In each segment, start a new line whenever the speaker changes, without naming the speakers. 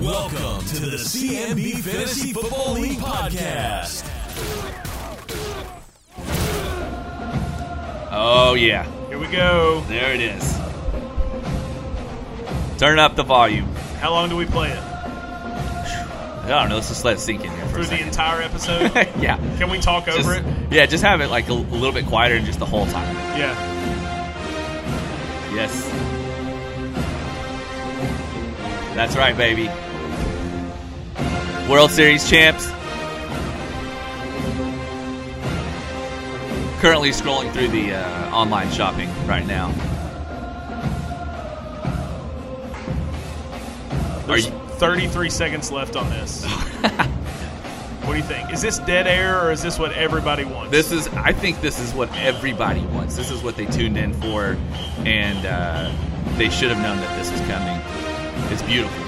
Welcome to the CMB Fantasy Football League Podcast.
Oh yeah,
Here we go.
there it is. Turn up the volume.
How long do we play it?
I don't know. Let's just let it sink in here for
Through
a
the
second.
entire episode?
yeah.
Can we talk
Just-
over it?
Yeah, just have it like a, a little bit quieter just the whole time.
Yeah.
Yes. That's right, baby. World Series champs. Currently scrolling through the uh, online shopping right now. Are
There's
you,
33 seconds left on this. what do you think? Is this dead air or is this what everybody wants?
This is, I think, this is what everybody wants. This is what they tuned in for, and uh, they should have known that this was coming. It's beautiful.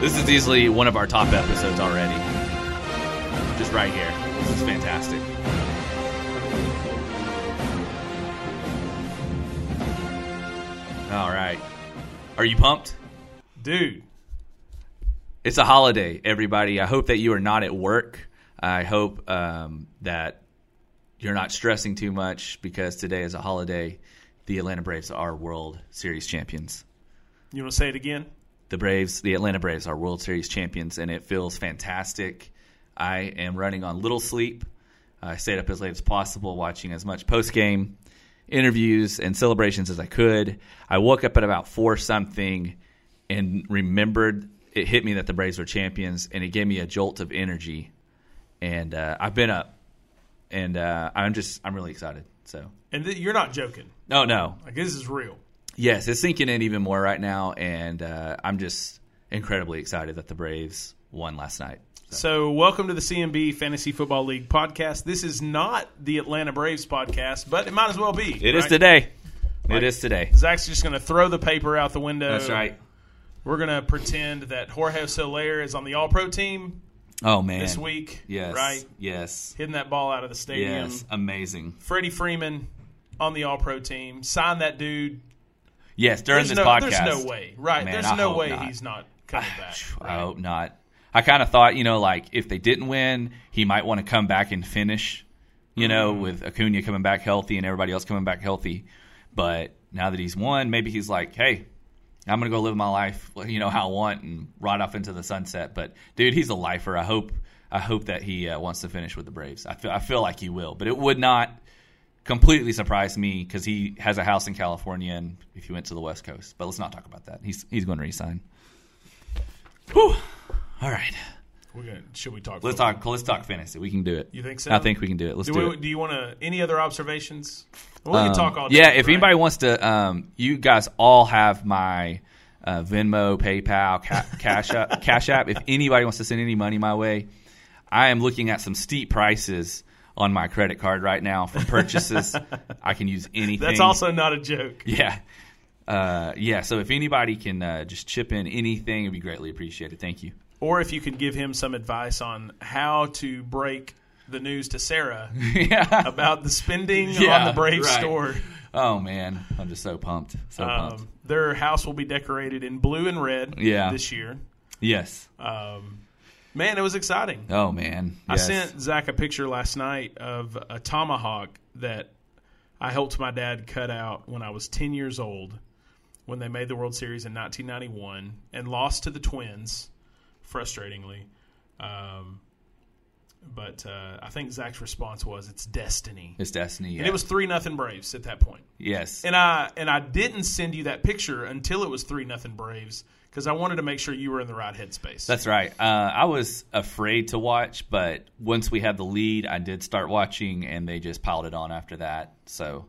This is easily one of our top episodes already. Just right here. This is fantastic. All right. Are you pumped?
dude.
It's a holiday, everybody. I hope that you are not at work. I hope um, that you're not stressing too much because today is a holiday. The Atlanta Braves are World Series champions.
You want to say it again?
The Braves, the Atlanta Braves, are World Series champions, and it feels fantastic. I am running on little sleep. I stayed up as late as possible, watching as much post game interviews and celebrations as I could. I woke up at about four something and remembered it hit me that the Braves were champions, and it gave me a jolt of energy. And uh, I've been up, and uh, I'm just I'm really excited. So
And th- you're not joking.
no, no,
Like, this is real.
Yes, it's sinking in even more right now, and uh, I'm just incredibly excited that the Braves won last night.
So, welcome to the CMB Fantasy Football League podcast. This is not the Atlanta Braves podcast, but it might as well be.
It is
right?
today.
Right.
It is today.
Zach's just going to throw the paper out the window.
That's right.
We're going to pretend that Jorge Soler is on the All Pro team
Oh man.
this week.
Yes.
Right?
Yes.
hitting that ball out of the stadium.
Yes. Amazing.
Freddie Freeman on the All Pro team. Sign that dude.
Yes. During
There's
this
no,
podcast.
there's no way. Right.
Man,
there's
I
no
hope
way
not. Ah,
he's not coming back.
I hope not. I kind of thought, you know, like if they didn't win, he might want to come back and finish, you know, with Acuna coming back healthy and everybody else coming back healthy. But now that he's won, maybe he's like, hey, I'm going to go live my life, you know, how I want and ride off into the sunset. But dude, he's a lifer. I hope. I hope that he uh, wants to finish with the Braves. I feel, I feel like he will, but it would not completely surprise me because he has a house in California and if he went to the West Coast. But let's not talk about that. He's he's going to resign. Whew. All right.
We're gonna, should we talk?
Let's
football?
talk. Let's talk fantasy. We can do it.
You think so?
I think we can do it. Let's
Do,
do,
we,
it.
do you want to? Any other observations? Well, we
Um,
can talk all day.
yeah, if
right?
anybody wants to, um, you guys all have my uh, Venmo, PayPal, ca- Cash App. Cash App. If anybody wants to send any money my way, I am looking at some steep prices on my credit card right now for purchases. I can use anything.
that's also not a joke.
Yeah. Uh, yeah. So if anybody can uh, just chip in anything, it'd be greatly appreciated. Thank you.
Or if you could give him some advice on how to break the news to Sarah
yeah.
about the spending on
Yeah,
the Brave
right. Uh,
store.
Oh man, I'm just so pumped. So pumped.
Um, their house will be decorated in blue and red
Yeah.
this year.
Yes.
Um, man, it was exciting.
Oh man.
I
Yes.
sent Zach a picture last night of a tomahawk that I helped my dad cut out when I was 10 years old when they made the World Series in 1991 and lost to the Twins, frustratingly. Um, but uh, I think Zach's response was, "It's destiny."
It's Destiny. Yeah.
And it was three nothing Braves at that point.
yes.
And I and I didn't send you that picture until it was three nothing Braves because I wanted to make sure you were in the right headspace.
That's right. Uh, I was afraid to watch, but once we had the lead, I did start watching, and they just piled it on after that. So,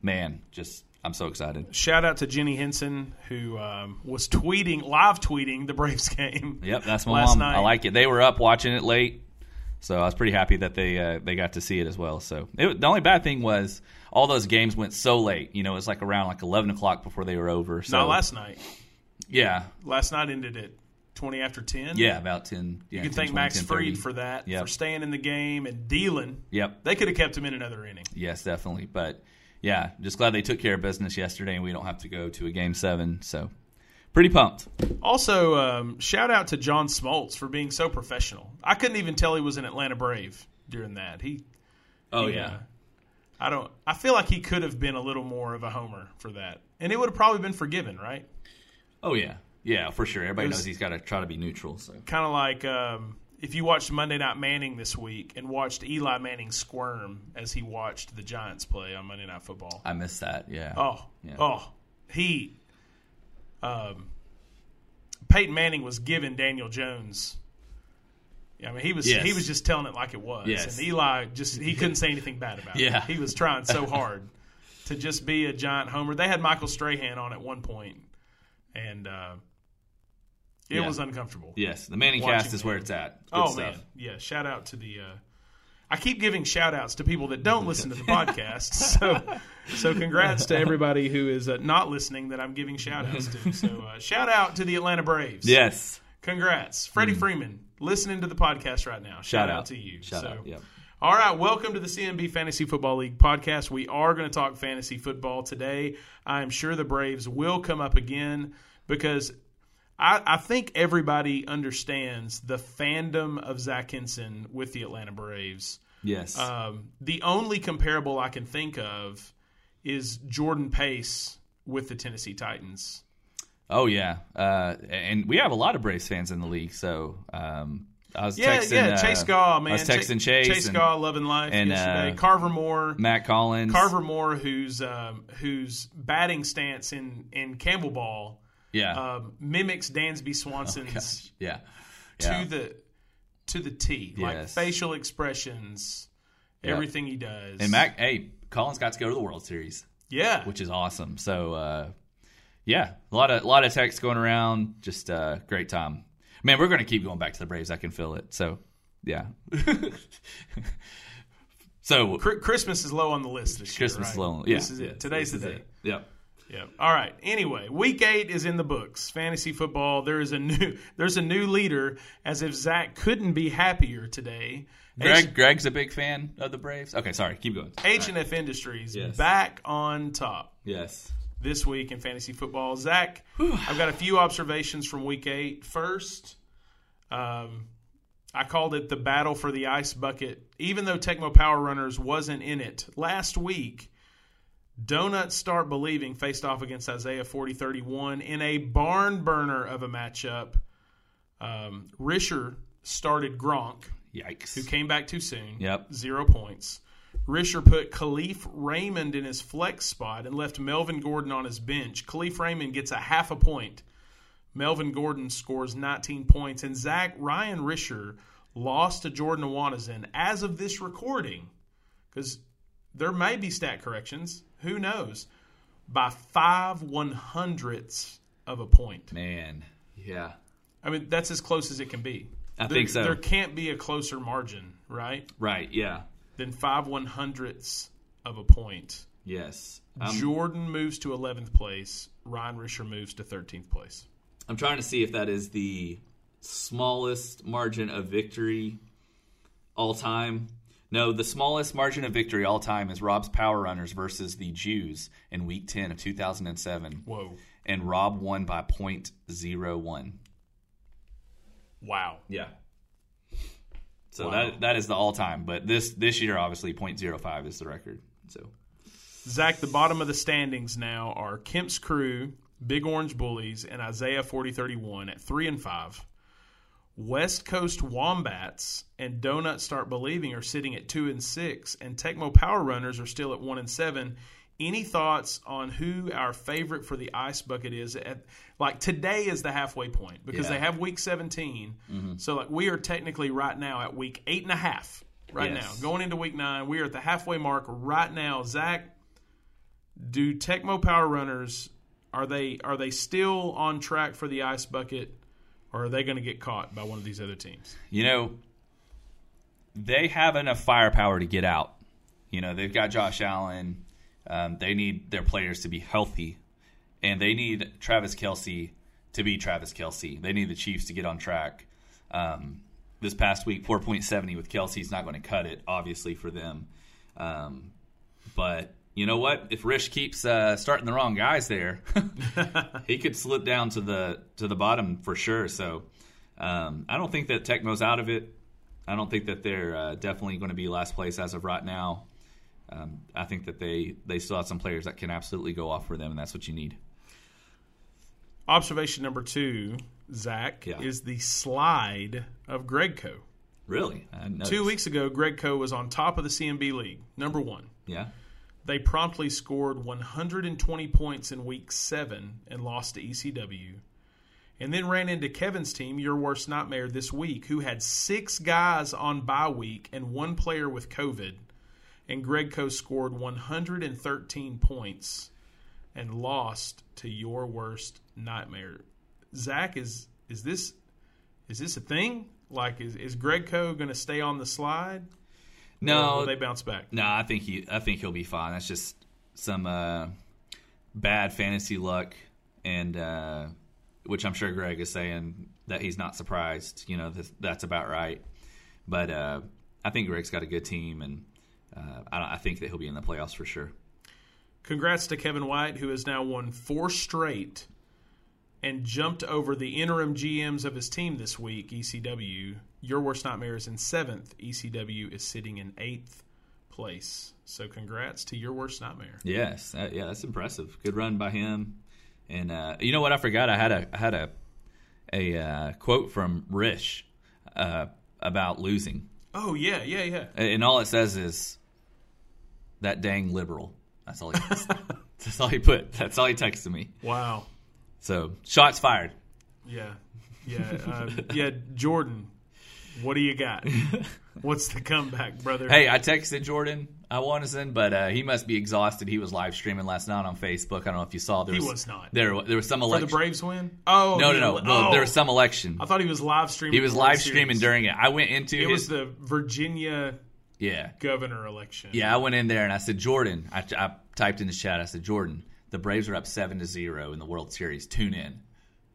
man, just I'm so excited.
Shout out to Jenny Henson who um, was tweeting, live tweeting the Braves game.
Yep, that's my
Last
mom.
night.
I like it. They were up watching it late, so I was pretty happy that they uh, they got to see it as well. So it, the only bad thing was all those games went so late. You know, it was like around like eleven o'clock before they were over. So
Not last night.
yeah,
Last night ended at twenty after ten.
yeah, about ten. Yeah,
you can thank Max Freed for that
Yep.
for staying in the game and dealing.
Yep.
They could have kept him in another inning.
Yes, definitely. But yeah, just glad they took care of business yesterday, and we don't have to go to a game seven. So pretty pumped.
Also, um, shout out to John Smoltz for being so professional. I couldn't even tell he was an Atlanta Brave during that. He,
Oh
he, uh, I don't. I feel like he could have been a little more of a homer for that, and it would have probably been forgiven, right?
oh yeah, yeah for sure. Everybody
It was-
knows he's got to try to be neutral. So
Kind of like um, if you watched Monday Night Manning this week and watched Eli Manning squirm as he watched the Giants play on Monday Night Football.
I missed that. Yeah.
Oh,
Yeah.
oh, he. Um, Peyton Manning was giving Daniel Jones. I mean, he was
Yes.
he was just telling it like it was,
Yes.
and Eli just he couldn't say anything bad about
Yeah.
it. he was trying so hard to just be a giant homer. They had Michael Strahan on at one point, and uh, it
Yeah.
was uncomfortable.
Yes, the Manning
Watching
cast is where
Manning.
it's at. Good
Oh
stuff.
man, yeah! Shout out to the. Uh, I keep giving shout outs to people that don't listen to the podcast. So, so congrats to everybody who is uh, not listening that I'm giving shout outs to. So, uh, shout out to the Atlanta Braves.
Yes.
Congrats, Freddie Freeman, listening to the podcast right now.
Mm.
Shout,
Shout out
to you.
Shout
so,
out. Yep.
all right, welcome to the CMB Fantasy Football League podcast. We are going to talk fantasy football today. I am sure the Braves will come up again because I, I think everybody understands the fandom of Zach Henson with the Atlanta Braves.
Yes.
Um, the only comparable I can think of is Jordan Pace with the Tennessee Titans.
oh yeah. Uh, and we have a lot of Braves fans in the league. So um, I was
Yeah,
texting.
yeah,
uh,
Chase Gaw, man.
I was texting
Cha-
Chase,
Chase
and
Gaw, loving life
and,
yesterday.
uh,
Carver Moore,
Matt Collins.
Carver Moore, whose um, whose batting stance in in Campbell ball
Yeah.
um, mimics Dansby Swanson's
yeah.
to
Oh, Yeah.
the to the T, like
Yes.
facial expressions,
Yep.
everything he does.
and Mac. Hey, Collins got to go to the World Series,
yeah,
which is awesome. So uh, yeah, a lot of lot of texts going around. Just uh, great time. Man, we're going to keep going back to the Braves. I can feel it. So yeah. so
Cri- Christmas is low on the list this year.
Christmas
right?
alone. Yeah.
this is
Yes,
it. Today's
this
the
is
day.
it. Yep.
Yep. All right. Anyway, week eight is in the books. Fantasy football. There is a new. There's a new leader. As if Zach couldn't be happier today.
Greg, Greg's a big fan of the Braves. Okay, sorry. Keep going.
H and F Industries
Yes.
back on top
Yes.
this week in fantasy football. Zach, I've got a few observations from week eight. First, um, I called it the battle for the ice bucket. Even though Tecmo Power Runners wasn't in it last week, Donuts Start Believing faced off against Isaiah 40 31 in a barn burner of a matchup. Um, Risher started Gronk, who
Yikes.
came back too soon.
Yep.
Zero points. Risher put Khalif Raymond in his flex spot and left Melvin Gordon on his bench. Khalif Raymond gets a half a point. Melvin Gordon scores 19 points. And Zach Ryan Risher lost to Jordan Awanazin as of this recording because there may be stat corrections. Who knows? By five one hundredths of a point.
Man. Yeah.
I mean, that's as close as it can be.
I
There-
think so.
There can't be a closer margin, right?
Right. Yeah.
Then five one hundredths of a point.
Yes. I'm,
Jordan moves to 11th place. Ryan Risher moves to 13th place.
I'm trying to see if that is the smallest margin of victory all time. No, the smallest margin of victory all time is Rob's Power Runners versus the Jews in Week 10 of 2007,
Whoa!
and Rob won by .01.
Wow!
Yeah. So
Wow.
that that is the all time, but this this year obviously .05 is the record. So
Zach, the bottom of the standings now are Kemp's Crew, Big Orange Bullies, and Isaiah 4031 at 3 and 5. West Coast Wombats and Donut Start Believing are sitting at 2 and 6, and Tecmo Power Runners are still at 1 and 7. Any thoughts on who our favorite for the ice bucket is? At, like today is the halfway point because
Yeah.
they have week 17. So like we are technically right now at week eight and a half. Right
Yes.
now, going into week nine, we are at the halfway mark right now. Zach, do Tecmo Power Runners are they are they still on track for the ice bucket, or are they going to get caught by one of these other teams?
you know, they have enough firepower to get out. You know, they've got Josh Allen. Um, they need their players to be healthy, and they need Travis Kelsey to be Travis Kelsey. They need the Chiefs to get on track. Um, this past week, four point seventy with Kelsey's not going to cut it, obviously for them. Um, but you know what? If Rish keeps uh, starting the wrong guys there, he could slip down to the to the bottom for sure. So um, I don't think that Tecmo's out of it. I don't think that they're uh, definitely going to be last place as of right now. Um, I think that they they still have some players that can absolutely go off for them, and that's what you need.
Observation number two, Zach,
Yeah.
is the slide of Gregco.
Really, I noticed.
Two weeks ago, Gregco was on top of the CMB league, number one.
Yeah,
They promptly scored 120 points in week seven and lost to ECW, and then ran into Kevin's team, your worst nightmare, this week, who had six guys on bye week and one player with COVID, and Gregco scored 113 points and lost to your worst nightmare. Zach, is is this is this a thing? Like, is is Gregco going to stay on the slide? or
no,
will they bounce back?
No, I think he. I think he'll be fine. That's just some uh, bad fantasy luck, and uh, which I'm sure Greg is saying that he's not surprised. You know, that's that's about right. But uh, I think Greg's got a good team, and uh, I, don't- I think that he'll be in the playoffs for sure.
Congrats to Kevin White, who has now won four straight and jumped over the interim GMs of his team this week, ECW. Your worst nightmare is in seventh. ECW is sitting in eighth place. So congrats to your worst nightmare.
Yes, uh, yeah, that's impressive. Good run by him. And uh, you know what? I forgot. I had a I had a a uh, quote from Rish uh, about losing.
Oh yeah, yeah, yeah.
And all it says is that dang liberal. That's all he That's all he put. That's all he texted me.
Wow.
So shots fired.
Yeah, yeah, uh, yeah. Jordan, what do you got? What's the comeback, brother?
Hey, I texted Jordan Iwanison, but uh, he must be exhausted. He was live streaming last night on Facebook. I don't know if you saw. There
He was not.
There, there was some
for the
election.
Braves win? Oh
no, no,
the-
no. Well,
oh.
there was some election.
I thought he was live streaming.
He was
the World
live streaming
Series.
during it. I went into
It
his.
was the Virginia
yeah.
governor election.
Yeah, I went in there and I said, Jordan. I, I typed in the chat. I said, Jordan, the Braves are up seven to zero in the World Series. Tune in,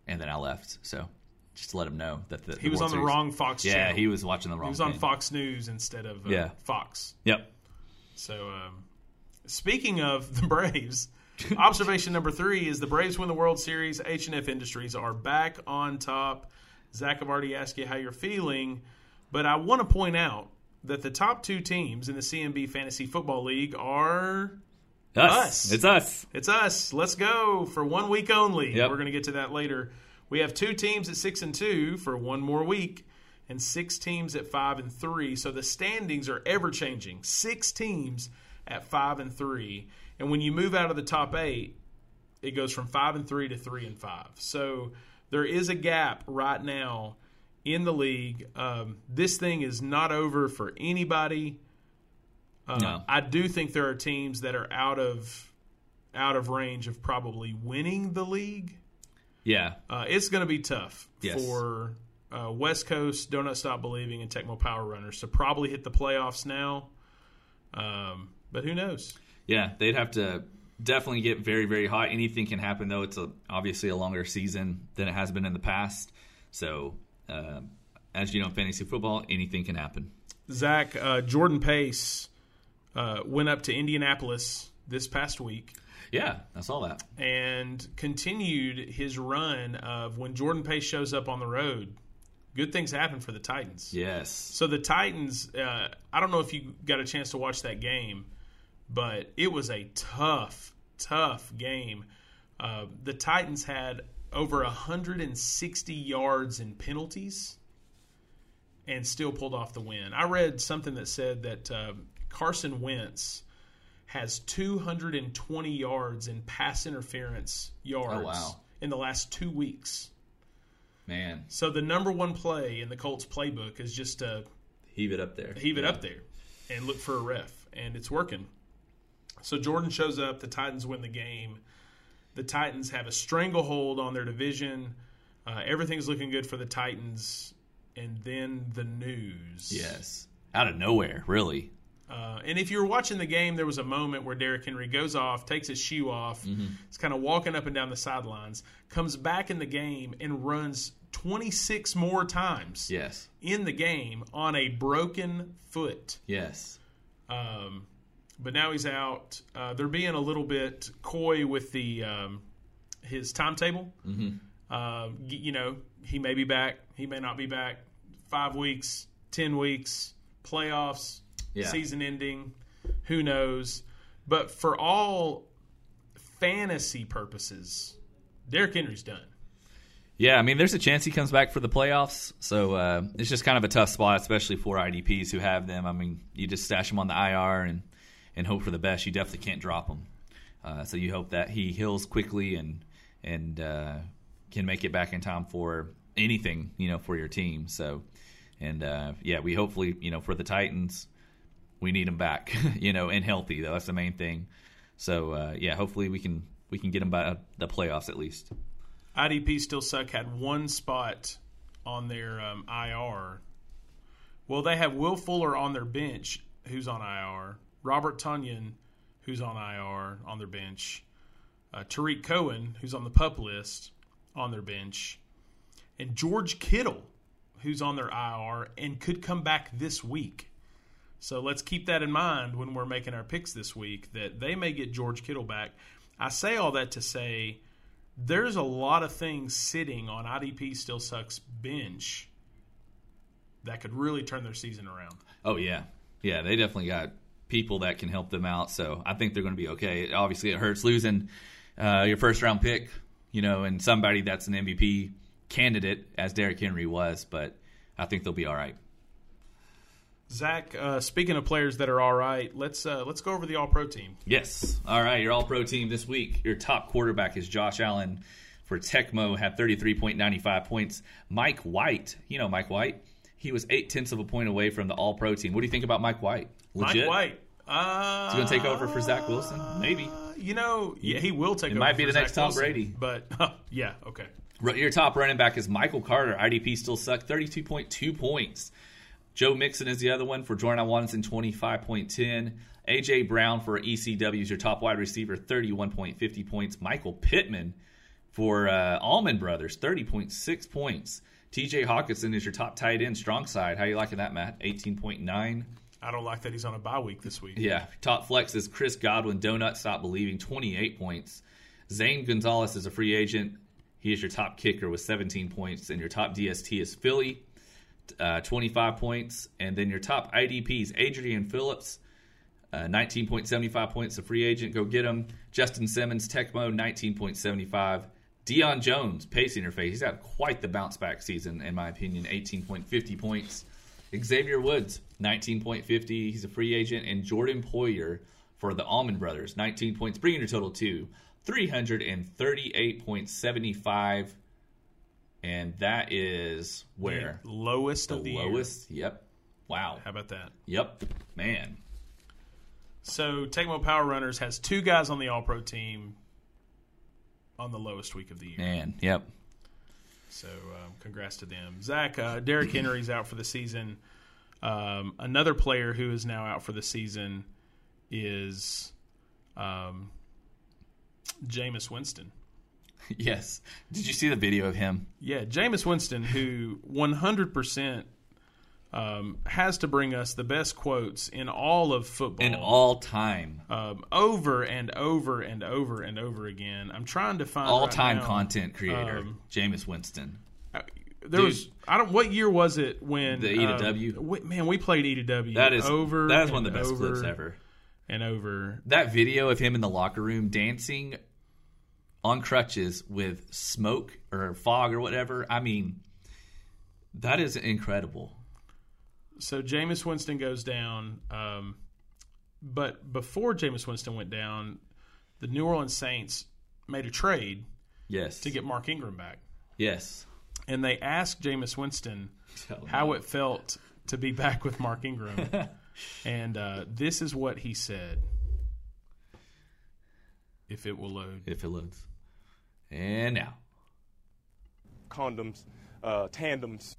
and then I left. So just to let him know that the,
He was on
World
the
Series-
wrong Fox
Yeah,
channel.
he was watching the wrong.
He was on
thing.
Fox News instead of uh,
Yeah.
Fox.
Yep.
So, um, speaking of the Braves, observation number three is the Braves win the World Series. H and F Industries are back on top. Zach, I've already asked you how you're feeling, but I want to point out that the top two teams in the CMB Fantasy Football League are Us.
It's us.
It's us. Let's go for one week only.
Yep.
We're going to get to that later. We have two teams at six and two for one more week, and six teams at five and three. So the standings are ever changing. Six teams at five and three, and when you move out of the top eight, it goes from five and three to three and five. So there is a gap right now in the league. Um, this thing is not over for anybody. Um,
No.
I do think there are teams that are out of out of range of probably winning the league.
Yeah.
Uh, it's going to be tough
Yes.
for uh, West Coast, Donut Stop Believing, and Tecmo Power Runners to probably hit the playoffs now. Um, but who knows?
Yeah, they'd have to definitely get very, very hot. Anything can happen, though. It's a, obviously a longer season than it has been in the past. So, uh, as you know, in fantasy football, anything can happen.
Zach, uh, Jordan Pace uh, went up to Indianapolis this past week
Yeah, I saw that.
and continued his run of when Jordan Pace shows up on the road, good things happen for the Titans.
Yes.
So the Titans, uh, I don't know if you got a chance to watch that game, but it was a tough, tough game. Uh, the Titans had over 160 yards in penalties and still pulled off the win. I read something that said that uh, Carson Wentz has 220 yards in pass interference yards
wow.
in the last two weeks.
Man,
So the number one play in the Colts playbook is just a
heave it up there.
heave it up there and look for a ref and it's working so jordan shows up the titans win the game the titans have a stranglehold on their division uh, everything's looking good for the titans and then the news
Yes. Out of nowhere, really.
uh, and if you were watching the game, there was a moment where Derrick Henry goes off, takes his shoe off, is kind of walking up and down the sidelines, comes back in the game and runs 26 more times
Yes.
in the game on a broken foot.
Yes.
Um, but now he's out. Uh, they're being a little bit coy with the um, his timetable. Um, y- you know, he may be back. He may not be back. Five weeks, ten weeks, playoffs,
Yeah.
season ending. Who knows? But for all fantasy purposes, Derrick Henry's done.
Yeah, I mean, there's a chance he comes back for the playoffs. So uh, it's just kind of a tough spot, especially for IDPs who have them. I mean, you just stash them on the IR and, and hope for the best. You definitely can't drop them. Uh, so you hope that he heals quickly and and uh, can make it back in time for anything you know for your team. So and uh, yeah, we hopefully you know for the Titans, we need him back you know and healthy though. That's the main thing. So uh, yeah, hopefully we can we can get him by the playoffs at least.
IDP still suck had one spot on their um, IR. Well, they have Will Fuller on their bench, who's on IR. Robert Tunyon, who's on IR on their bench. Uh, Tariq Cohen, who's on the pup list, on their bench, and George Kittle, who's on their IR and could come back this week. So let's keep that in mind when we're making our picks this week that they may get George Kittle back. I say all that to say there's a lot of things sitting on IDP still sucks bench that could really turn their season around.
Oh yeah, yeah. They definitely got people that can help them out. So I think they're going to be okay. It- Obviously, it hurts losing uh, your first round pick, you know, and somebody that's an MVP candidate as Derrick Henry was. But I think they'll be all right.
Zach, uh, speaking of players that are all right, let's uh, let's go over the All Pro team.
Yes. All right. Your All Pro team this week. Your top quarterback is Josh Allen for Tecmo, had 33.95 points. Mike White, you know Mike White, he was eight tenths of a point away from the All Pro team. What do you think about Mike White? Legit?
Mike White, uh,
He's going to take over for Zach Wilson? Maybe.
You know, yeah, he will take. It over
might be
for
the next
Zach
Tom
Wilson,
Brady.
but yeah, okay.
Ru- Your top running back is Michael Carter. IDP still suck. 32.2 points. Joe Mixon is the other one for Jordan Watson, 25.10. AJ Brown for ECW is your top wide receiver, 31.50 points. Michael Pittman for uh, Allman Brothers, 30.6 points. TJ Hawkinson is your top tight end, strong side. How you liking that, Matt? 18.9.
I don't like that he's on a bye week this week.
Yeah, top flex is Chris Godwin, Donut Stop Believing, 28 points. Zane Gonzalez is a free agent. He is your top kicker with 17 points, and your top DST is Philly, uh, 25 points. And then your top IDPs, Adrian Phillips, uh, 19.75 points, a free agent. Go get him. Justin Simmons, Tecmo, 19.75. Dion Jones, pace interface. He's had quite the bounce back season, in my opinion, 18.50 points. Xavier Woods, 19.50. He's a free agent. And Jordan Poyer for the Almond Brothers, 19 points, bringing your total to 338.75. And that is where?
lowest
The
of the year.
lowest? Yep. Wow.
How about that?
Yep. Man.
So Tecmo Power Runners has two guys on the All Pro team on the lowest week of the year.
Man. Yep.
So um, congrats to them. Zach, uh, Derrick Henry's out for the season. Um, another player who is now out for the season is um, Jameis Winston.
Yes. Did you see the video of him?
Yeah, Jameis Winston, who 100% um, has to bring us the best quotes in all of football.
In all time,
um, over and over and over and over again. I'm trying to find
all
right
time
now,
content creator,
um,
Jameis Winston.
uh, There
Dude.
was I don't what year was it when
The E to W?
w- man, we played E to W.
That is
over.
That is one of
and
the best
over
clips ever.
And over.
That video of him in the locker room dancing on crutches with smoke or fog or whatever. I mean, that is incredible.
So Jameis Winston goes down. Um, but before Jameis Winston went down, the New Orleans Saints made a trade
Yes.
to get Mark Ingram back,
yes.
and they asked Jameis Winston
Tell me.
how it felt to be back with Mark Ingram. and uh, this is what he said. If it will load.
if it loads. And now.
condoms, uh, tandems,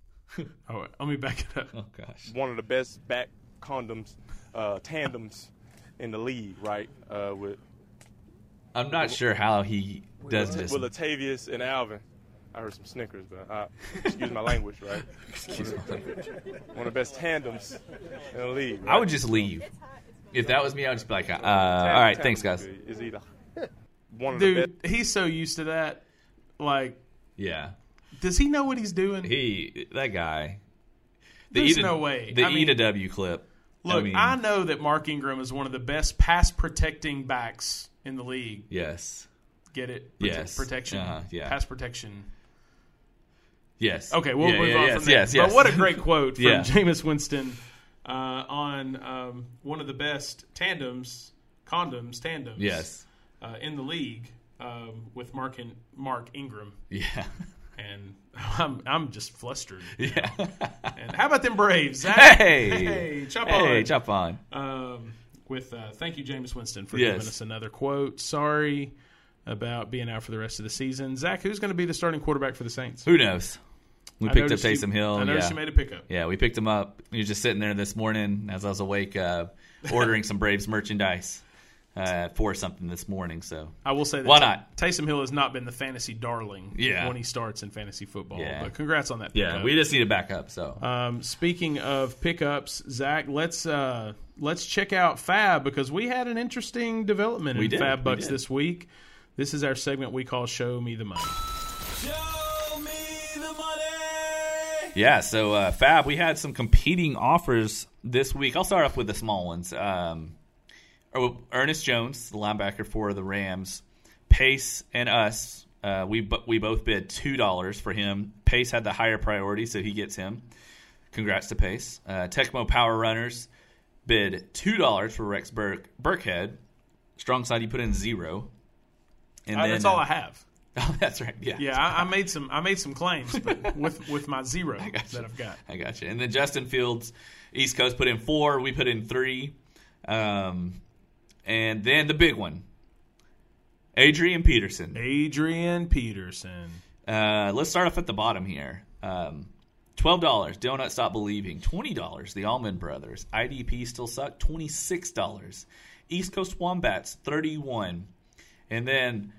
Oh, let me back it up.
Oh gosh.
one of the best back condoms, uh, tandems in the league, right? Uh, with
I'm not sure how he does this.
with Latavius and Alvin. I heard some Snickers, but I, excuse my language, right? One of the best tandems in the league.
I
Right?
would just leave. If that was me, I'd just be like, uh, all right, thanks, guys.
Is either one of the best.
Dude, he's so used to that. Like,
Yeah,
does he know what he's doing?
he that guy.
There's
E to-
no way.
The
I
E
mean-
to W clip.
Look, I,
mean,
know that Mark Ingram is one of the best pass protecting backs in the league.
yes,
Get it? Prote-
Yes.
Protection.
Uh-huh, yeah.
Pass protection.
yes.
Okay, we'll
Yeah,
move
yeah,
on
yes,
from that.
Yes, yes.
But what a great quote from
Yeah.
Jameis Winston uh, on um, one of the best tandems, condoms, tandems
yes.
uh, in the league um, with Mark, in- Mark Ingram.
Yeah.
And I'm, I'm just flustered.
Yeah.
And how about them Braves? Zach?
Hey.
Hey, chop
hey,
on.
jump on.
um, with uh, thank you, James Winston, for
Yes.
giving us another quote. Sorry about being out for the rest of the season. Zach, who's going to be the starting quarterback for the Saints?
Who knows? We
I
picked up
noticed you-
Taysom Hill.
I noticed
yeah.
you made a pickup.
Yeah, we picked him up. He was just sitting there this morning as I was awake, uh, ordering some Braves merchandise uh, for something this morning. So
I will say that
Why not?
Taysom Hill has not been the fantasy darling
Yeah.
when he starts in fantasy football.
Yeah.
But congrats on that.
yeah,
Pickup.
we just need a backup. So
Um, speaking of pickups, Zach, let's uh, let's check out Fab because we had an interesting development
We
in
did.
Fab
We
Bucks
did.
this week. This is our segment we call "Show Me the Money."
Show me the money.
yeah, so uh, Fab, we had some competing offers this week. I'll start off with the small ones. Um, Er- Ernest Jones, the linebacker for the Rams, Pace and us, uh, we bo- we both bid two dollars for him. Pace had the higher priority, so he gets him. Congrats to Pace. Uh, Tecmo Power Runners bid two dollars for Rex Burke Burkhead. Strong side, you put in zero. And
Uh,
then,
that's all
uh,
I have.
Oh, that's right. Yeah.
Yeah, I, I made some I made some claims but with with my zero that I've got.
I got you. And then Justin Fields, East Coast put in four. We put in three. Um, and then the big one, Adrian Peterson.
Adrian Peterson.
Uh, let's start off at the bottom here. Um, Twelve dollars. Donut stop believing. Twenty dollars. The Almond Brothers. IDP still suck. Twenty six dollars. East Coast Wombats. Thirty one. And then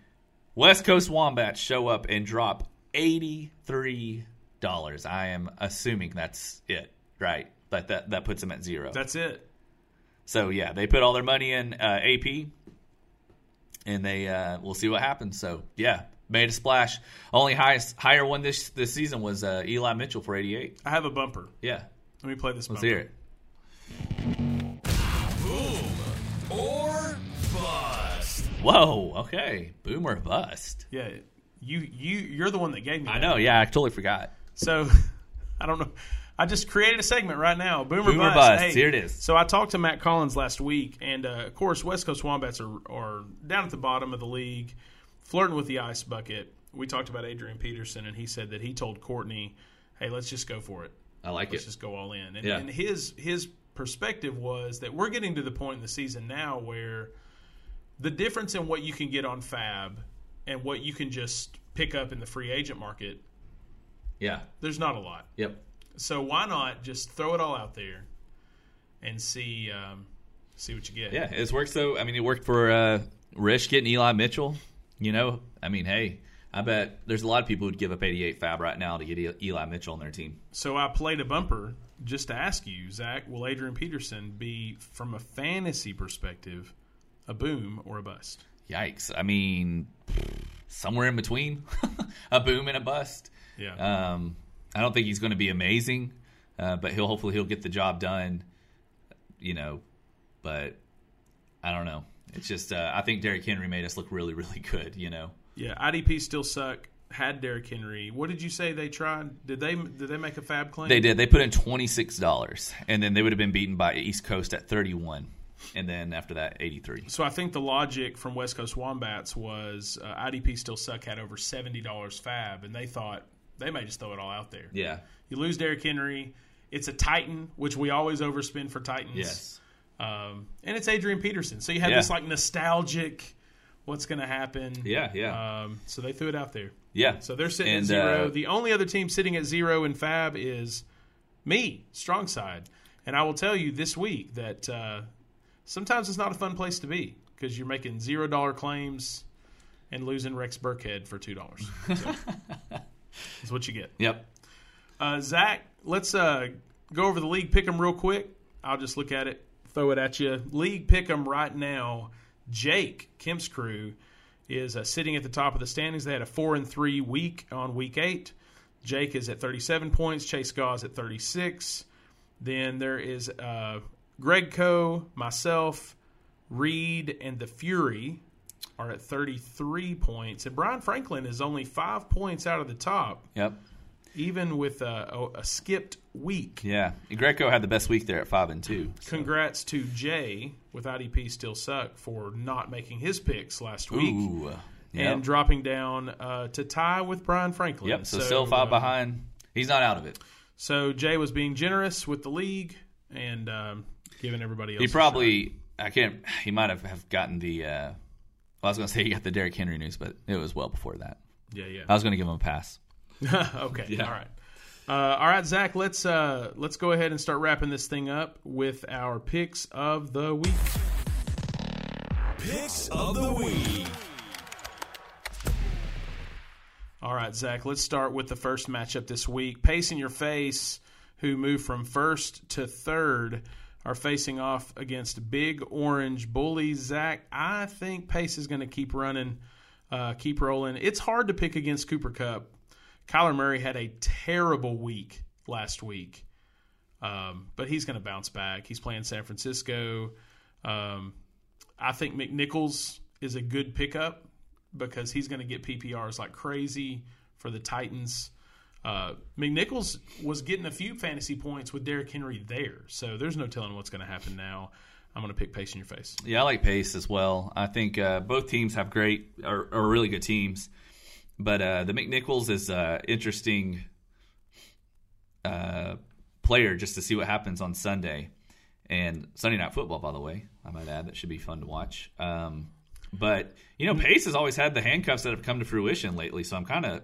West Coast Wombats show up and drop eighty three dollars. I am assuming that's it, right? That that that puts them at zero.
That's it.
So yeah, they put all their money in uh, AP, and they uh, we'll see what happens. So yeah, made a splash. Only highest higher one this this season was uh, Eli Mitchell for eighty eight.
I have a bumper.
Yeah,
Let me play this
let's
bumper.
hear it.
Boom or bust.
Whoa, okay, boomer bust.
Yeah. You you you're the one that gave me
I
that.
know. Yeah, I totally forgot.
So I don't know. I just created a segment right now. Boomer,
Boomer
bust.
bust.
Hey,
Here it is.
So I talked to Matt Collins last week, and uh, of course, West Coast Wombats are, are down at the bottom of the league, flirting with the ice bucket. We talked about Adrian Peterson, and he said that he told Courtney, "Hey, let's just go for it.
I like
Let's
it.
just go all in." And,
Yeah.
and his his perspective was that we're getting to the point in the season now where the difference in what you can get on Fab and what you can just pick up in the free agent market,
Yeah.
there's not a lot.
Yep.
So why not just throw it all out there and see um, see what you get?
Yeah, it's worked. So I mean, it worked for uh, Rish getting Eli Mitchell. You know, I mean, hey, I bet there's a lot of people who'd give up eighty eight fab right now to get E- Eli Mitchell on their team.
So I played a bumper just to ask you, Zach. Will Adrian Peterson be, from a fantasy perspective, a boom or a bust?
Yikes. I mean, somewhere in between, a boom and a bust.
Yeah.
Um, I don't think he's going to be amazing, uh, but he'll hopefully he'll get the job done. You know, but I don't know. It's just uh, I think Derrick Henry made us look really, really good. You know,
yeah. IDP still suck. Had Derrick Henry. What did you say they tried? Did they did they make a Fab claim?
they did. They put in twenty six dollars, and then they would have been beaten by East Coast at thirty one, and then after that eighty three.
So I think the logic from West Coast Wombats was uh, IDP still suck had over seventy dollars Fab, and they thought they may just throw it all out there.
Yeah.
You lose Derrick Henry. It's a Titan, which we always overspend for Titans.
Yes.
Um, and it's Adrian Peterson. So you have
Yeah.
this like nostalgic, what's going to happen?
Yeah. Yeah.
Um, so they threw it out there.
yeah.
So they're sitting at
And,
zero.
uh,
the only other team sitting at zero in Fab is me, Strong Side. And I will tell you this week that uh, sometimes it's not a fun place to be because you're making zero dollar claims and losing Rex Burkhead for two dollars. So, that's what you get.
Yep.
Uh, Zach, let's uh, go over the league pick 'em real quick. I'll just look at it throw it at you. League pick 'em right now. Jake Kemp's crew is uh, sitting at the top of the standings. They had a four and three week on week eight. Jake is at 37 points. Chase Gauze at 36. Then there is uh, Greg Coe, myself, Reed, and the Fury are at 33 points. And Brian Franklin is only five points out of the top,
Yep.
even with a, a, a skipped week.
Yeah. Greco had the best week there at five and two.
Congrats to Jay with IDP Still Suck for not making his picks last week
Ooh.
and
Yep.
dropping down uh, to tie with Brian Franklin.
Yep. So, still five
uh,
behind. He's not out of it.
So Jay was being generous with the league and um, giving everybody else.
He
a shot.
probably I can't. He might have, have gotten the. Uh, well, I was going to say he got the Derrick Henry news, but it was well before that.
yeah yeah
I was going to give him a pass.
okay. All right. Uh, all right, Zach. Let's uh, let's go ahead and start wrapping this thing up with our picks of the week.
Picks of the week.
All right, Zach. Let's start with the first matchup this week. Pace in your face, who moved from first to third, are facing off against Big Orange Bully. Zach, I think Pace is going to keep running, uh, keep rolling. It's hard to pick against Cooper Cup. Kyler Murray had a terrible week last week. Um, but he's going to bounce back. He's playing San Francisco. Um, I think McNichols is a good pickup because he's going to get PPRs like crazy for the Titans. Uh, McNichols was getting a few fantasy points with Derrick Henry there, so there's no telling what's going to happen now. I'm going to pick pace in your face.
Yeah, I like Pace as well. I think uh, both teams have great are, are really good teams, but uh, the McNichols is uh, interesting uh, player just to see what happens on Sunday and Sunday night football. By the way, I might add that should be fun to watch. Um, but you know, Pace has always had the handcuffs that have come to fruition lately, so I'm kind of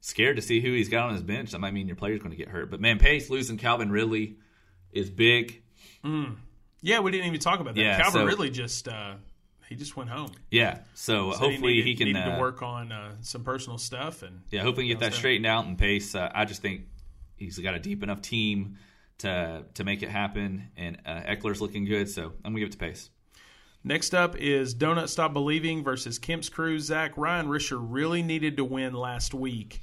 scared to see who he's got on his bench. That might mean your player's going to get hurt. But man, Pace losing Calvin Ridley is big.
Yeah, we didn't even talk about that.
Yeah,
Calvin
so-
Ridley just uh, he just went home.
Yeah, so,
Said
hopefully
needed-
he can
needed
uh,
to work on uh, some personal stuff and
Yeah, hopefully he can get that
Sounds fair.
straightened out and pace. Uh, I just think he's got a deep enough team to to make it happen, and uh, Eckler's looking good, so I'm gonna give it to Pace.
Next up is Donut Stop Believing versus Kemp's Crew. Zach Ryan Risher really needed to win last week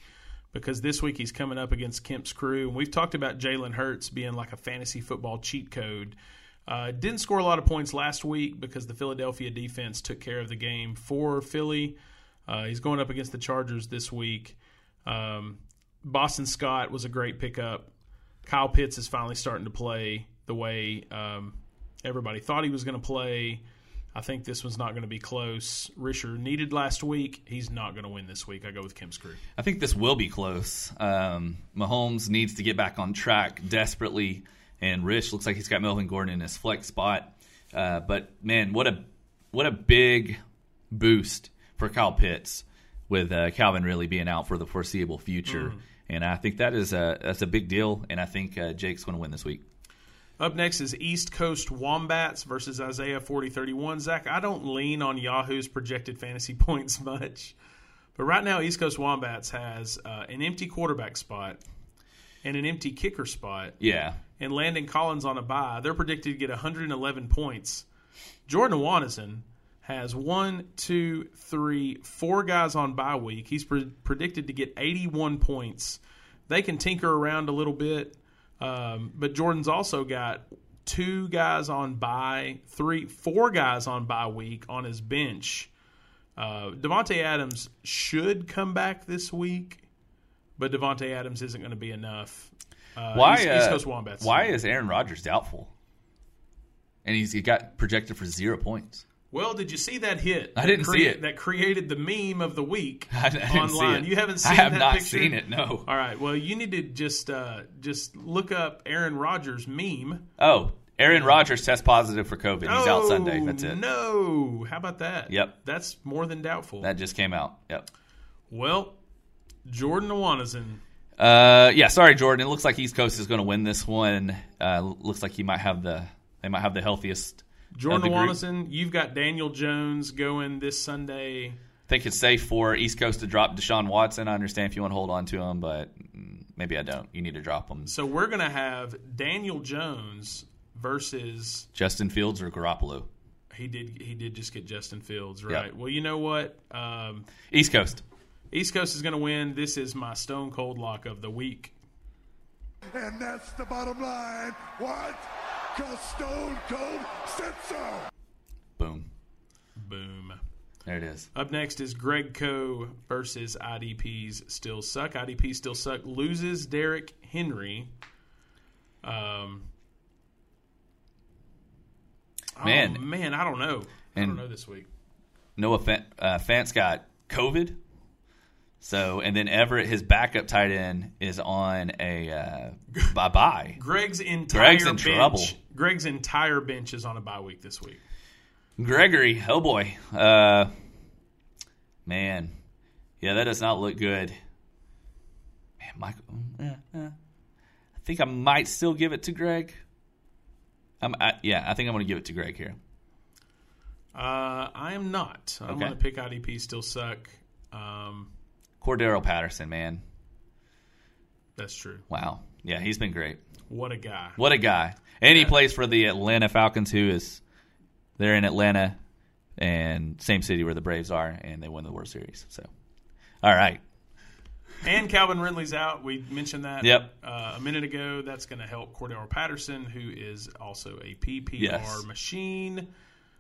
because this week he's coming up against Kemp's Crew. And we've talked about Jalen Hurts being like a fantasy football cheat code. Uh, didn't score a lot of points last week because the Philadelphia defense took care of the game for Philly. Uh, he's going up against the Chargers this week. Um, Boston Scott was a great pickup. Kyle Pitts is finally starting to play the way um, everybody thought he was going to play. I think this one's not going to be close. Risher needed last week. He's not going to win this week. I go with Kim's crew.
I think this will be close. Um, Mahomes needs to get back on track desperately, and Rich looks like he's got Melvin Gordon in his flex spot. Uh, but man, what a what a big boost for Kyle Pitts with uh, Calvin really being out for the foreseeable future, and I think that is a that's a big deal, and I think uh, Jake's gonna win this week.
Up next is East Coast Wombats versus Isaiah 4031. Zach, I don't lean on Yahoo's projected fantasy points much, but right now East Coast Wombats has uh, an empty quarterback spot and an empty kicker spot.
Yeah,
and Landon Collins on a bye, they're predicted to get 111 points. Jordan Wanison has one, two, three, four guys on bye week. He's pre- predicted to get 81 points. They can tinker around a little bit, um, but Jordan's also got two guys on bye, three, four guys on bye week on his bench. Uh, Devonte Adams should come back this week, but Devonte Adams isn't going to be enough. Uh,
Why
East,
uh,
East Coast Wombats?
Why is Aaron Rodgers doubtful? And he's he got projected for zero points.
Well, did you see that hit?
I
that
didn't see it.
That created the meme of the week
I, I didn't see
online.
it.
You haven't seen
I have
that
not
picture?
seen it. No.
All right. Well, you need to just uh, just look up Aaron Rodgers meme.
Oh, Aaron Rodgers test positive for COVID. He's out
Oh,
Sunday. That's it.
No, how about that?
Yep.
That's more than doubtful.
That just came out. Yep.
well, Jordan Awanazin.
Uh, yeah. Sorry, Jordan. It looks like East Coast is going to win this one. Uh, looks like he might have the they might have the healthiest.
Jordan
Of the group.
Awanazin, you've got Daniel Jones going this Sunday.
I think it's safe for East Coast to drop Deshaun Watson. I understand if you want to hold on to him, but mm, maybe I don't. You need to drop him.
So we're going to have Daniel Jones versus
Justin Fields or Garoppolo?
he did he did just get Justin Fields right. Well, you know what? Um,
East Coast.
East Coast is going to win. This is my stone cold lock of the week.
And that's the bottom line. What? Cause Stone Cold said so.
Boom.
Boom.
There it is.
Up next is Greg Co versus IDPs still suck. IDP still suck loses Derek Henry. Um,
Man.
oh, man, I don't know. I
And-
don't know this week.
Noah Fant, uh, Fant's got COVID. So, and then Everett, his backup tight end, is on a uh, bye bye.
Greg's entire
Greg's in
bench,
trouble.
Greg's entire bench is on a bye week this week.
Gregory, oh boy. Uh, man. Yeah, that does not look good. Man, Michael. mm, eh, eh. I think I might still give it to Greg. I'm, I, yeah, I think I'm going to give it to Greg here.
Uh, I am not. I'm
Okay.
going to pick IDP. Still suck. Um,
Cordero Patterson, man.
that's true.
Wow. Yeah, he's been great.
What a guy.
What a guy. And he plays for the Atlanta Falcons, who is they're in Atlanta and same city where the Braves are, and they won the World Series. So, all right.
And Calvin Ridley's out. We mentioned that
Yep.
uh, a minute ago. That's going to help Cordell Patterson, who is also a PPR
Yes.
machine.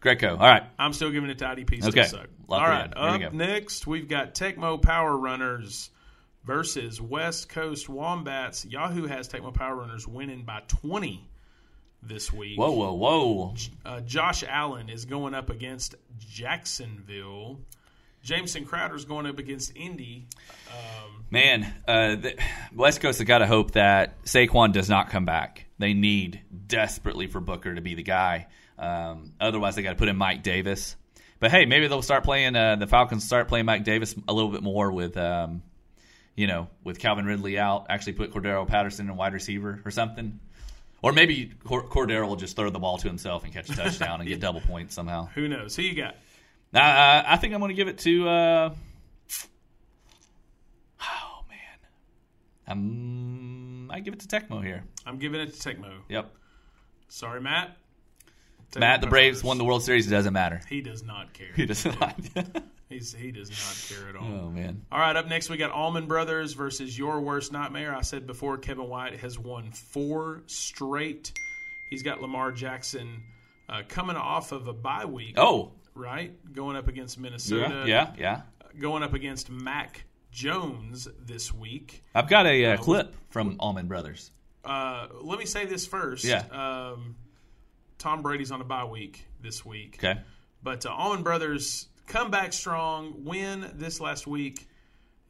Greco. All right.
I'm still giving it to IDP. Still
Okay.
suck.
Lock
All
it
right.
in. Here we
Up
go.
next, we've got Tecmo Power Runners versus West Coast Wombats. Yahoo has Tecmo Power Runners winning by 20 this week.
Whoa, whoa, whoa.
Uh, Josh Allen is going up against Jacksonville. Jameson Crowder is going up against Indy.
Man, uh, the, West Coast has got to hope that Saquon does not come back. They need desperately for Booker to be the guy. Um, otherwise, they got to put in Mike Davis. But hey, maybe they'll start playing. Uh, the Falcons start playing Mike Davis a little bit more with, um, you know, with Calvin Ridley out. Actually, put Cordero Patterson in wide receiver or something. Or maybe Cor- Cordero will just throw the ball to himself and catch a touchdown and get double points somehow.
Who knows? Who you got?
Uh, I I think I'm going to give it to. Uh, oh man, um, I give it to Tecmo here.
I'm giving it to Tecmo.
Yep,
Sorry, Matt. Tecmo
Matt. The
Power
Braves
Runners.
won the World Series. It doesn't matter.
He does not care.
He doesn't like.
He's, he does not care at all.
oh man,
All right, up next we got Allman Brothers versus Your Worst Nightmare. I said before Kevin White has won four straight. He's got Lamar Jackson uh, coming off of a bye week,
Oh
right? Going up against Minnesota.
yeah, yeah, yeah.
Going up against Mac Jones this week.
I've got a uh, clip from Almond Brothers.
Uh, let me say this first.
Yeah.
Um, Tom Brady's on a bye week this week.
Okay,
But uh, Allman Brothers come back strong, win this last week.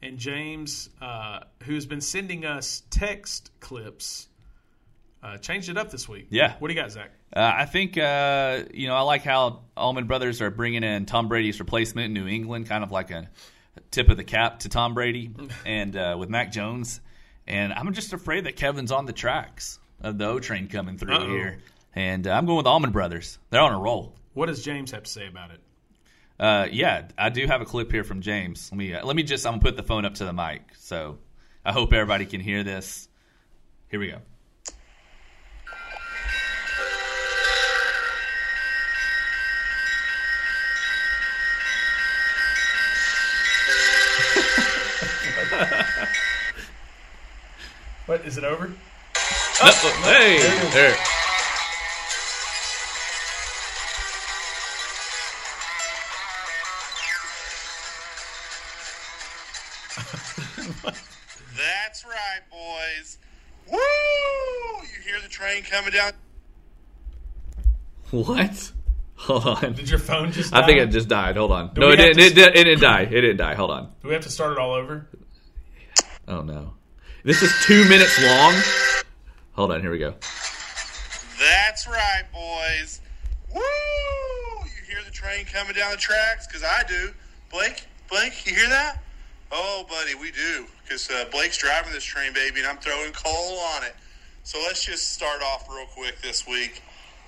And James, uh, who's been sending us text clips, uh, changed it up this week.
Yeah.
What do you got, Zach?
uh, I think uh, you know I like how Almond Brothers are bringing in Tom Brady's replacement in New England, kind of like a, a tip of the cap to Tom Brady, and uh, with Mac Jones. And I'm just afraid that Kevin's on the tracks of the O train coming through
Uh-oh.
here. And uh, I'm going with Almond Brothers. They're on a roll.
What does James have to say about it?
Uh, yeah, I do have a clip here from James. Let me uh, let me just I'm gonna put the phone up to the mic. So I hope everybody can hear this. Here we go.
What is it over?
hey, there.
That's right, boys. Woo! You hear the train coming down.
What? Hold on.
Did your phone just?
I think
die?
it just died. Hold on.
we
no, it
have
didn't,
to-
it didn't. It didn't die. It didn't die. Hold on.
Do we have to start it all over?
Oh no. This is two minutes long. Hold on. Here we go.
That's right, boys. Woo! You hear the train coming down the tracks? Because I do. Blake, Blake, you hear that? Oh, buddy, we do. Because uh, Blake's driving this train, baby, and I'm throwing coal on it. So let's just start off real quick this week,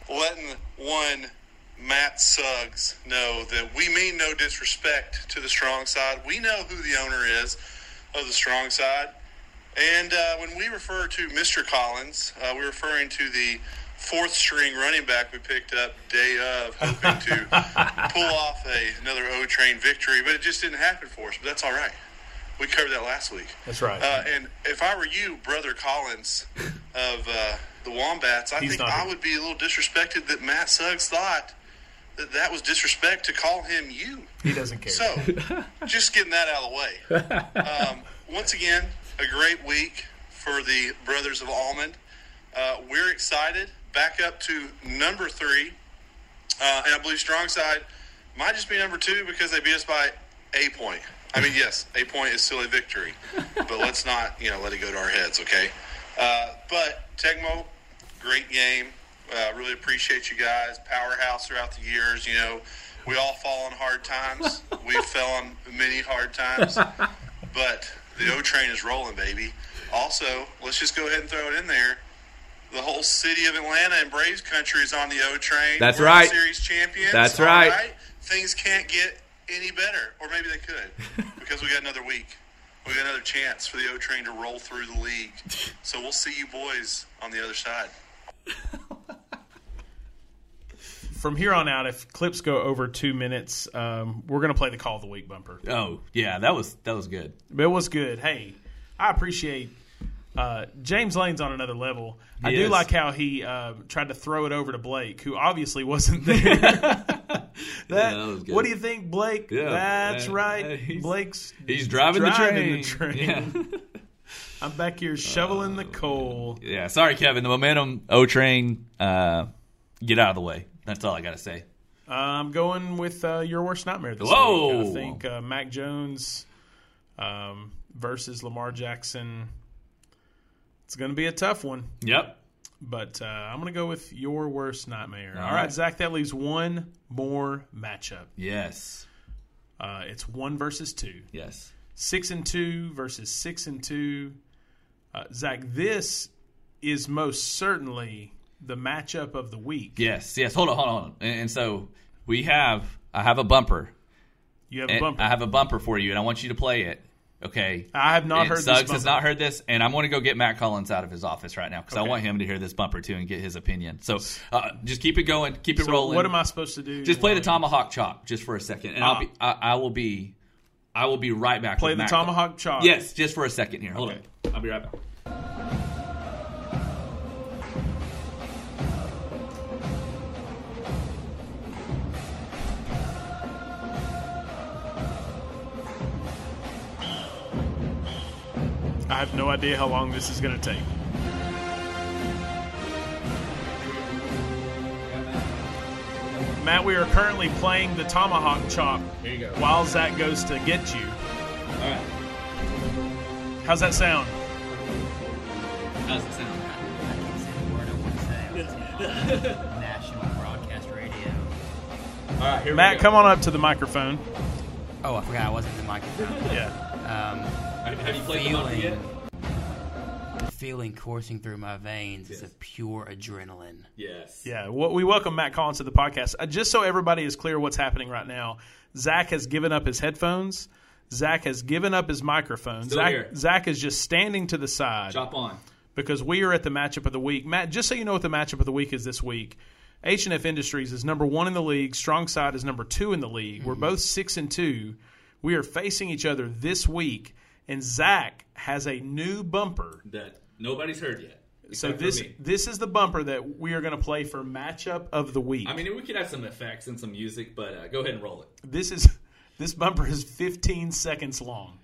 letting one Matt Suggs know that we mean no disrespect to the strong side. We know who the owner is of the strong side. And uh, when we refer to Mr. Collins, uh, we're referring to the fourth string running back we picked up day of, hoping to pull off a, another O train victory, but it just didn't happen for us. But that's all right. We covered that last week.
That's right.
Uh, and if I were you, Brother Collins of uh, the Wombats, I
He's
think
not
I
here.
would be a little disrespected that Matt Suggs thought that that was disrespect to call him you.
he doesn't care.
So, just getting that out of the way. Um, once again, a great week for the Brothers of Almond. Uh, we're excited. Back up to number three. Uh, and I believe Strong Side might just be number two because they beat us by a point. I mean, yes, a point is still a victory, but let's not, you know, let it go to our heads, okay? Uh, but Tecmo, great game. Uh, really appreciate you guys. Powerhouse throughout the years. You know, we all fall on hard times. we fell on many hard times, but the O train is rolling, baby. Also, let's just go ahead and throw it in there. The whole city of Atlanta and Braves country is on the O train.
That's
We're the
right.
Series champions.
That's
all
right.
Things can't get any better, or maybe they could, because we got another week. We got another chance for the O train to roll through the league. So we'll see you boys on the other side.
From here on out, if clips go over two minutes, um, we're going to play the call of the week bumper.
Oh yeah, that was that was good.
But it was good. Hey, I appreciate uh, James Lane's on another level. I
He
do
is.
like how he uh, tried to throw it over to Blake, who obviously wasn't there. that,
that was good.
What do you think, Blake?
Yeah,
That's
uh,
right.
uh, he's-
Blake's.
He's driving,
Driving
the
the
train.
train. I'm back here shoveling the coal.
Oh, Yeah. yeah, sorry, Kevin. The momentum, O train, uh, get out of the way. That's all I gotta say.
I'm going with uh, your worst nightmare this
Whoa.
week. I think uh, Mac Jones um, versus Lamar Jackson. It's going to be a tough one.
Yep.
But uh, I'm going to go with your worst nightmare. All
right.
right, Zach, that leaves one more matchup.
Yes.
Uh, it's one versus two,
Yes.
six and two versus six and two. Uh, Zach, this is most certainly the matchup of the week.
Yes. Yes. Hold on. Hold on. And, and so we have. I have a bumper.
You have a
And
bumper.
I have a bumper for you, and I want you to play it. Okay.
I have not
And
heard
Suggs
this.
has
bumper.
not heard this, and I'm going to go get Matt Collins out of his office right now because I
Okay.
want him to hear this bumper too and get his opinion. So uh, just keep it going, keep it
So
rolling.
What am I supposed to do?
Just play the tomahawk chop just for a second, and I'll
Ah.
be, I, I will be, I will be right back.
Play
with
the
Matt
tomahawk chop.
Yes, just for a second here. Hold
Okay.
on, I'll be right back.
I have no idea how long this is going to take. Matt, we are currently playing the tomahawk chop
Here you go.
while Zach goes to get you.
All right.
How's that sound?
How's it sound?
I can't say the word I want to say. It's on National broadcast radio.
All right, here
Matt, come on up to the microphone.
Oh, I forgot I wasn't at the microphone.
Yeah.
Um,
on. Have you played the bumper
feeling,
yet?
the feeling coursing through my veins is a pure adrenaline.
Yes.
Yeah. Well, we welcome Matt Collins to the podcast. Uh, just so everybody is clear what's happening right now, Zach has given up his headphones. Zach has given up his microphone.
Still
Zach,
here.
Zach is just standing to the side.
Chop on.
because we are at the matchup of the week. Matt, just so you know what the matchup of the week is this week, H&F Industries is number one in the league. Strong Side is number two in the league.
Mm-hmm.
We're both six and two. We are facing each other this week, and Zach has a new bumper.
That nobody's heard yet.
So
except for
this
me.
this is the bumper that we are going to play for matchup of the week.
I mean, we could have some effects and some music, but uh, go ahead and roll it.
this is this bumper is 15 seconds long.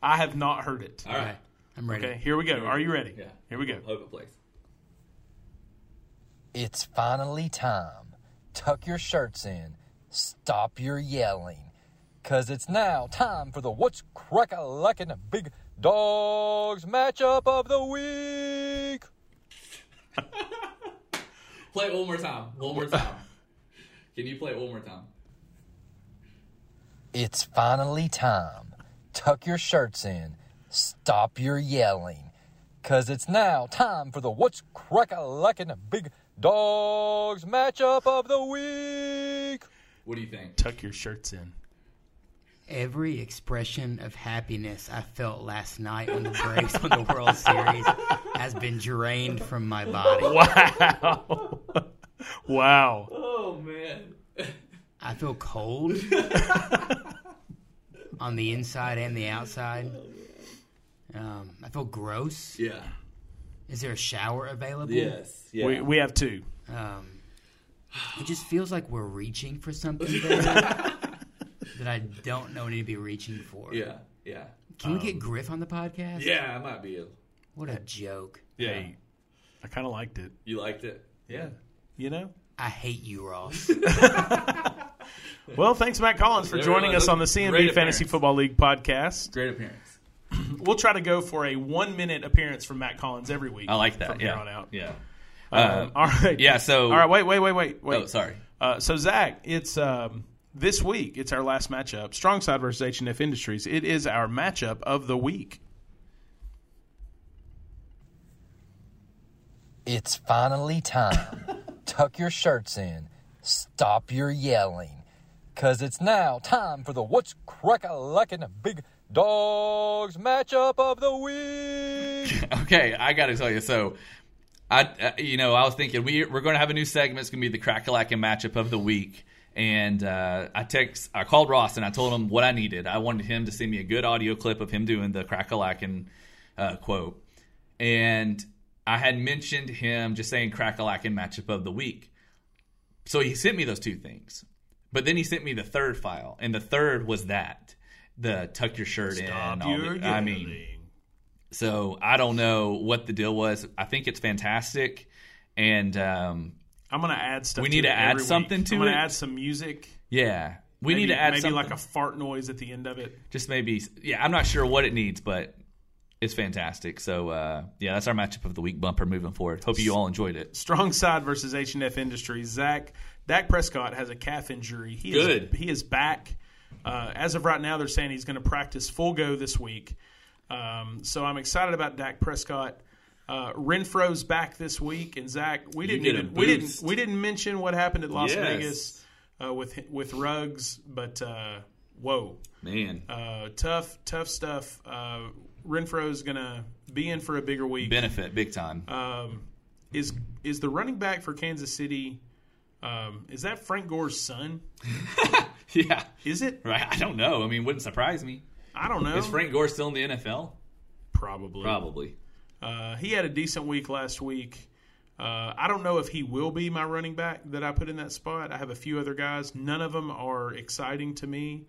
I have not heard it.
All right.
I'm ready.
Okay, here we go. Are you ready?
Yeah.
Here we go.
Hope it plays.
It's finally time. Tuck your shirts in. Stop your yelling. Cause it's now time for the What's Crack a Lackin' Big Dogs matchup of the week.
Play it one more time. One more time. Can you play it one more time?
It's finally time. Tuck your shirts in. Stop your yelling. Cause it's now time for the What's Crack a Lackin' Big Dogs matchup of the week.
What do you think?
Tuck your shirts in.
Every expression of happiness I felt last night when the Braves won the World Series has been drained from my body.
Wow. Wow.
Oh man.
I feel cold on the inside and the outside. Um, I feel gross.
Oh, Yeah.
Is there a shower available?
Yes. Yeah.
We, we have two.
Um, it just feels like we're reaching for something there that I don't know need to be reaching for.
yeah. Yeah.
Can we get Griff on the podcast?
Yeah. I might be. ill.
What a joke.
Yeah.
Hey, I kind of liked it.
You liked it. Yeah.
You know.
I hate you, Ross.
Well, thanks, Matt Collins, for
There
joining
we
us
go.
on the CMB
Great
Fantasy
appearance.
Football League podcast.
Great appearance.
We'll try to go for a one-minute appearance from Matt Collins every week.
I like that.
From
yeah.
here on out.
Yeah. Uh,
Um, all right.
Yeah. So.
All right. Wait. Wait. Wait. Wait. Wait.
Oh, sorry.
Uh, so Zach, it's um, this week. It's our last matchup: Strong Side versus HNF Industries. It is our matchup of the week.
It's finally time. Tuck your shirts in. Stop your yelling. Cause it's now time for the What's Crack a Lacking Big Dogs matchup of the week.
Okay, I got to tell you. So, I uh, you know I was thinking we we're going to have a new segment. It's going to be the Crackalackin matchup of the week. And uh, I text I called Ross and I told him what I needed. I wanted him to send me a good audio clip of him doing the Crackalackin uh, quote. And I had mentioned him just saying Crackalackin matchup of the week. So he sent me those two things. But then he sent me the third file, and the third was that the tuck your shirt in. all the- I mean, so I don't know what the deal was. I think it's fantastic, and um,
I'm going to add stuff.
We
to
need
it
to add
every week.
something to
I'm gonna
it.
add some music.
yeah, we need to add
maybe
something.
like a fart noise at the end of it.
just maybe, yeah. I'm not sure what it needs, but it's fantastic. So uh, yeah, that's our matchup of the week bumper moving forward. Hope you all enjoyed it.
Strong side versus H and F Industries. Zach Dak Prescott has a calf injury. He
Good.
Is, he is back. Uh, as of right now, they're saying he's going to practice full go this week. Um, so I'm excited about Dak Prescott. Uh, Renfro's back this week, and Zach, we didn't
get a
even, we didn't
boost.
we didn't mention what happened at Las
Yes.
Vegas uh, with with Rugs, but uh, whoa,
Man,
uh, tough tough stuff. Uh, Renfro's going to be in for a bigger week
benefit big time.
uh, is is the running back for Kansas City. Um, is that Frank Gore's son?
yeah,
Is it?
right. I don't know. I mean, wouldn't surprise me.
I don't know.
Is Frank Gore still in the NFL?
probably.
Probably.
Uh, he had a decent week last week. Uh, I don't know if he will be my running back that I put in that spot. I have a few other guys. None of them are exciting to me.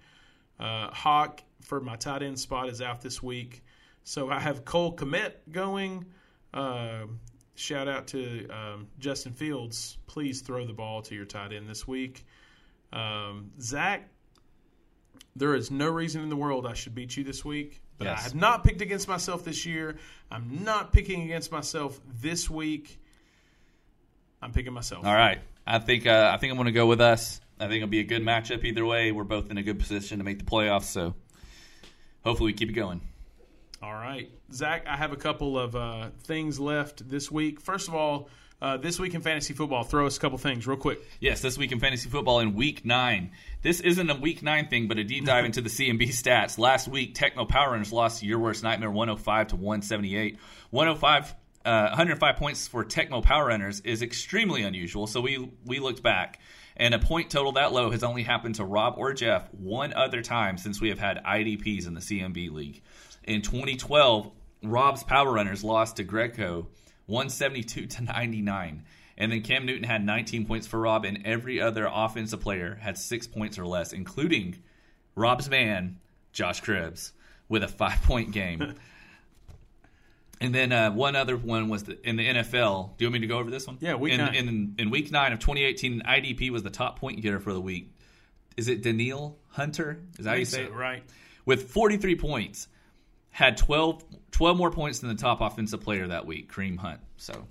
Uh, Hawk for my tight end spot is out this week, so I have Cole Komet going. Uh, shout out to um, Justin Fields. Please throw the ball to your tight end this week. Um, Zach, there is no reason in the world I should beat you this week, but I
Yes.
have not picked against myself this year. I'm not picking against myself this week. I'm picking myself.
All right. I think uh, I think I'm going to go with us. I think it'll be a good matchup either way. We're both in a good position to make the playoffs, so hopefully we keep it going.
All right, Zach. I have a couple of uh, things left this week. First of all, uh, this week in fantasy football, throw us a couple things real quick.
Yes, this week in fantasy football in week nine. This isn't a week nine thing, but a deep dive into the CMB stats. Last week, Techno Power Rangers lost to Your Worst Nightmare 105 to 178. 105. Uh, 105 points for Tecmo Power Runners is extremely unusual, so we we looked back, and a point total that low has only happened to Rob or Jeff one other time since we have had IDPs in the CMB league. In 2012, Rob's Power Runners lost to Greco 172 to 99. And then Cam Newton had 19 points for Rob, and every other offensive player had six points or less, including Rob's man, Josh Cribbs, with a five point game. and then uh, one other one was the, in the NFL. Do you want me to go over this one?
Yeah, week
in,
nine.
In, in week nine of 2018, IDP was the top point getter for the week. Is it Daniil Hunter? Is that how you say it?
right?
with 43 points, had 12, 12 more points than the top offensive player that week, Kareem Hunt. So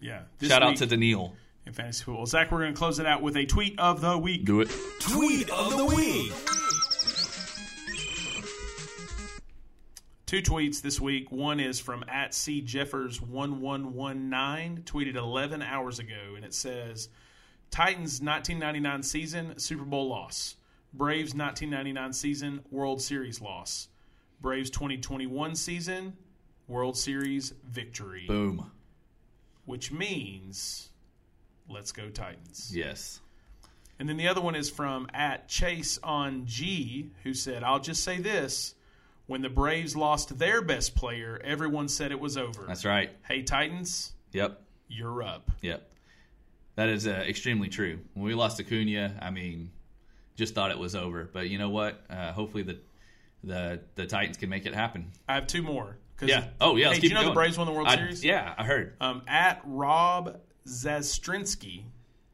Yeah. This
shout out
week
to Daniil.
in fantasy football, Zach. We're going to close it out with a tweet of the week.
Do it.
Tweet of the week.
Two tweets this week. One is from at C Jeffers one one one nine, tweeted eleven hours ago, and it says Titans nineteen ninety nine season Super Bowl loss. Braves nineteen ninety nine season World Series loss. Braves twenty twenty one season World Series victory.
Boom.
Which means Let's go Titans.
Yes.
And then the other one is from at Chase on G, who said, I'll just say this. When the Braves lost their best player, everyone said it was over.
That's right.
Hey, Titans,
Yep.
you're up.
Yep. That is uh, extremely true. When we lost Acuna, I mean, just thought it was over. But you know what? Uh, hopefully the the the Titans can make it happen.
I have two more. 'cause-
Yeah. Oh yeah.
Hey,
Let's
did
keep
you know
it
the
going.
Braves won the World
I-
Series?
Yeah, I heard.
Um, at Rob Zastrinsky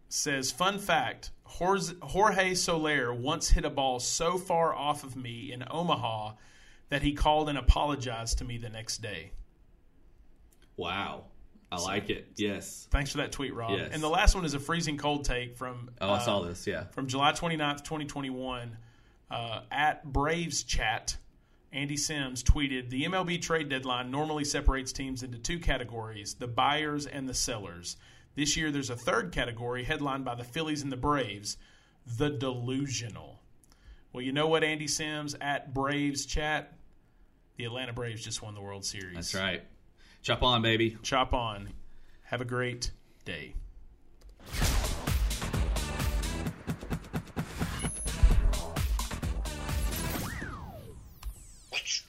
says, fun fact, Jorz- Jorge Soler once hit a ball so far off of me in Omaha that he called and apologized to me the next day.
Wow. I like it. Yes.
Thanks for that tweet, Rob.
Yes.
And the last one is a freezing cold take from
Oh, I
Uh,
saw this. Yeah.
from July 29th, 2021, uh, at Braves Chat, Andy Sims tweeted The MLB trade deadline normally separates teams into two categories the buyers and the sellers. This year, there's a third category headlined by the Phillies and the Braves the delusional. Well, you know what, Andy Sims at Braves Chat? The Atlanta Braves just won the World Series.
That's right. Chop on, baby.
Chop on. Have a great day.
Which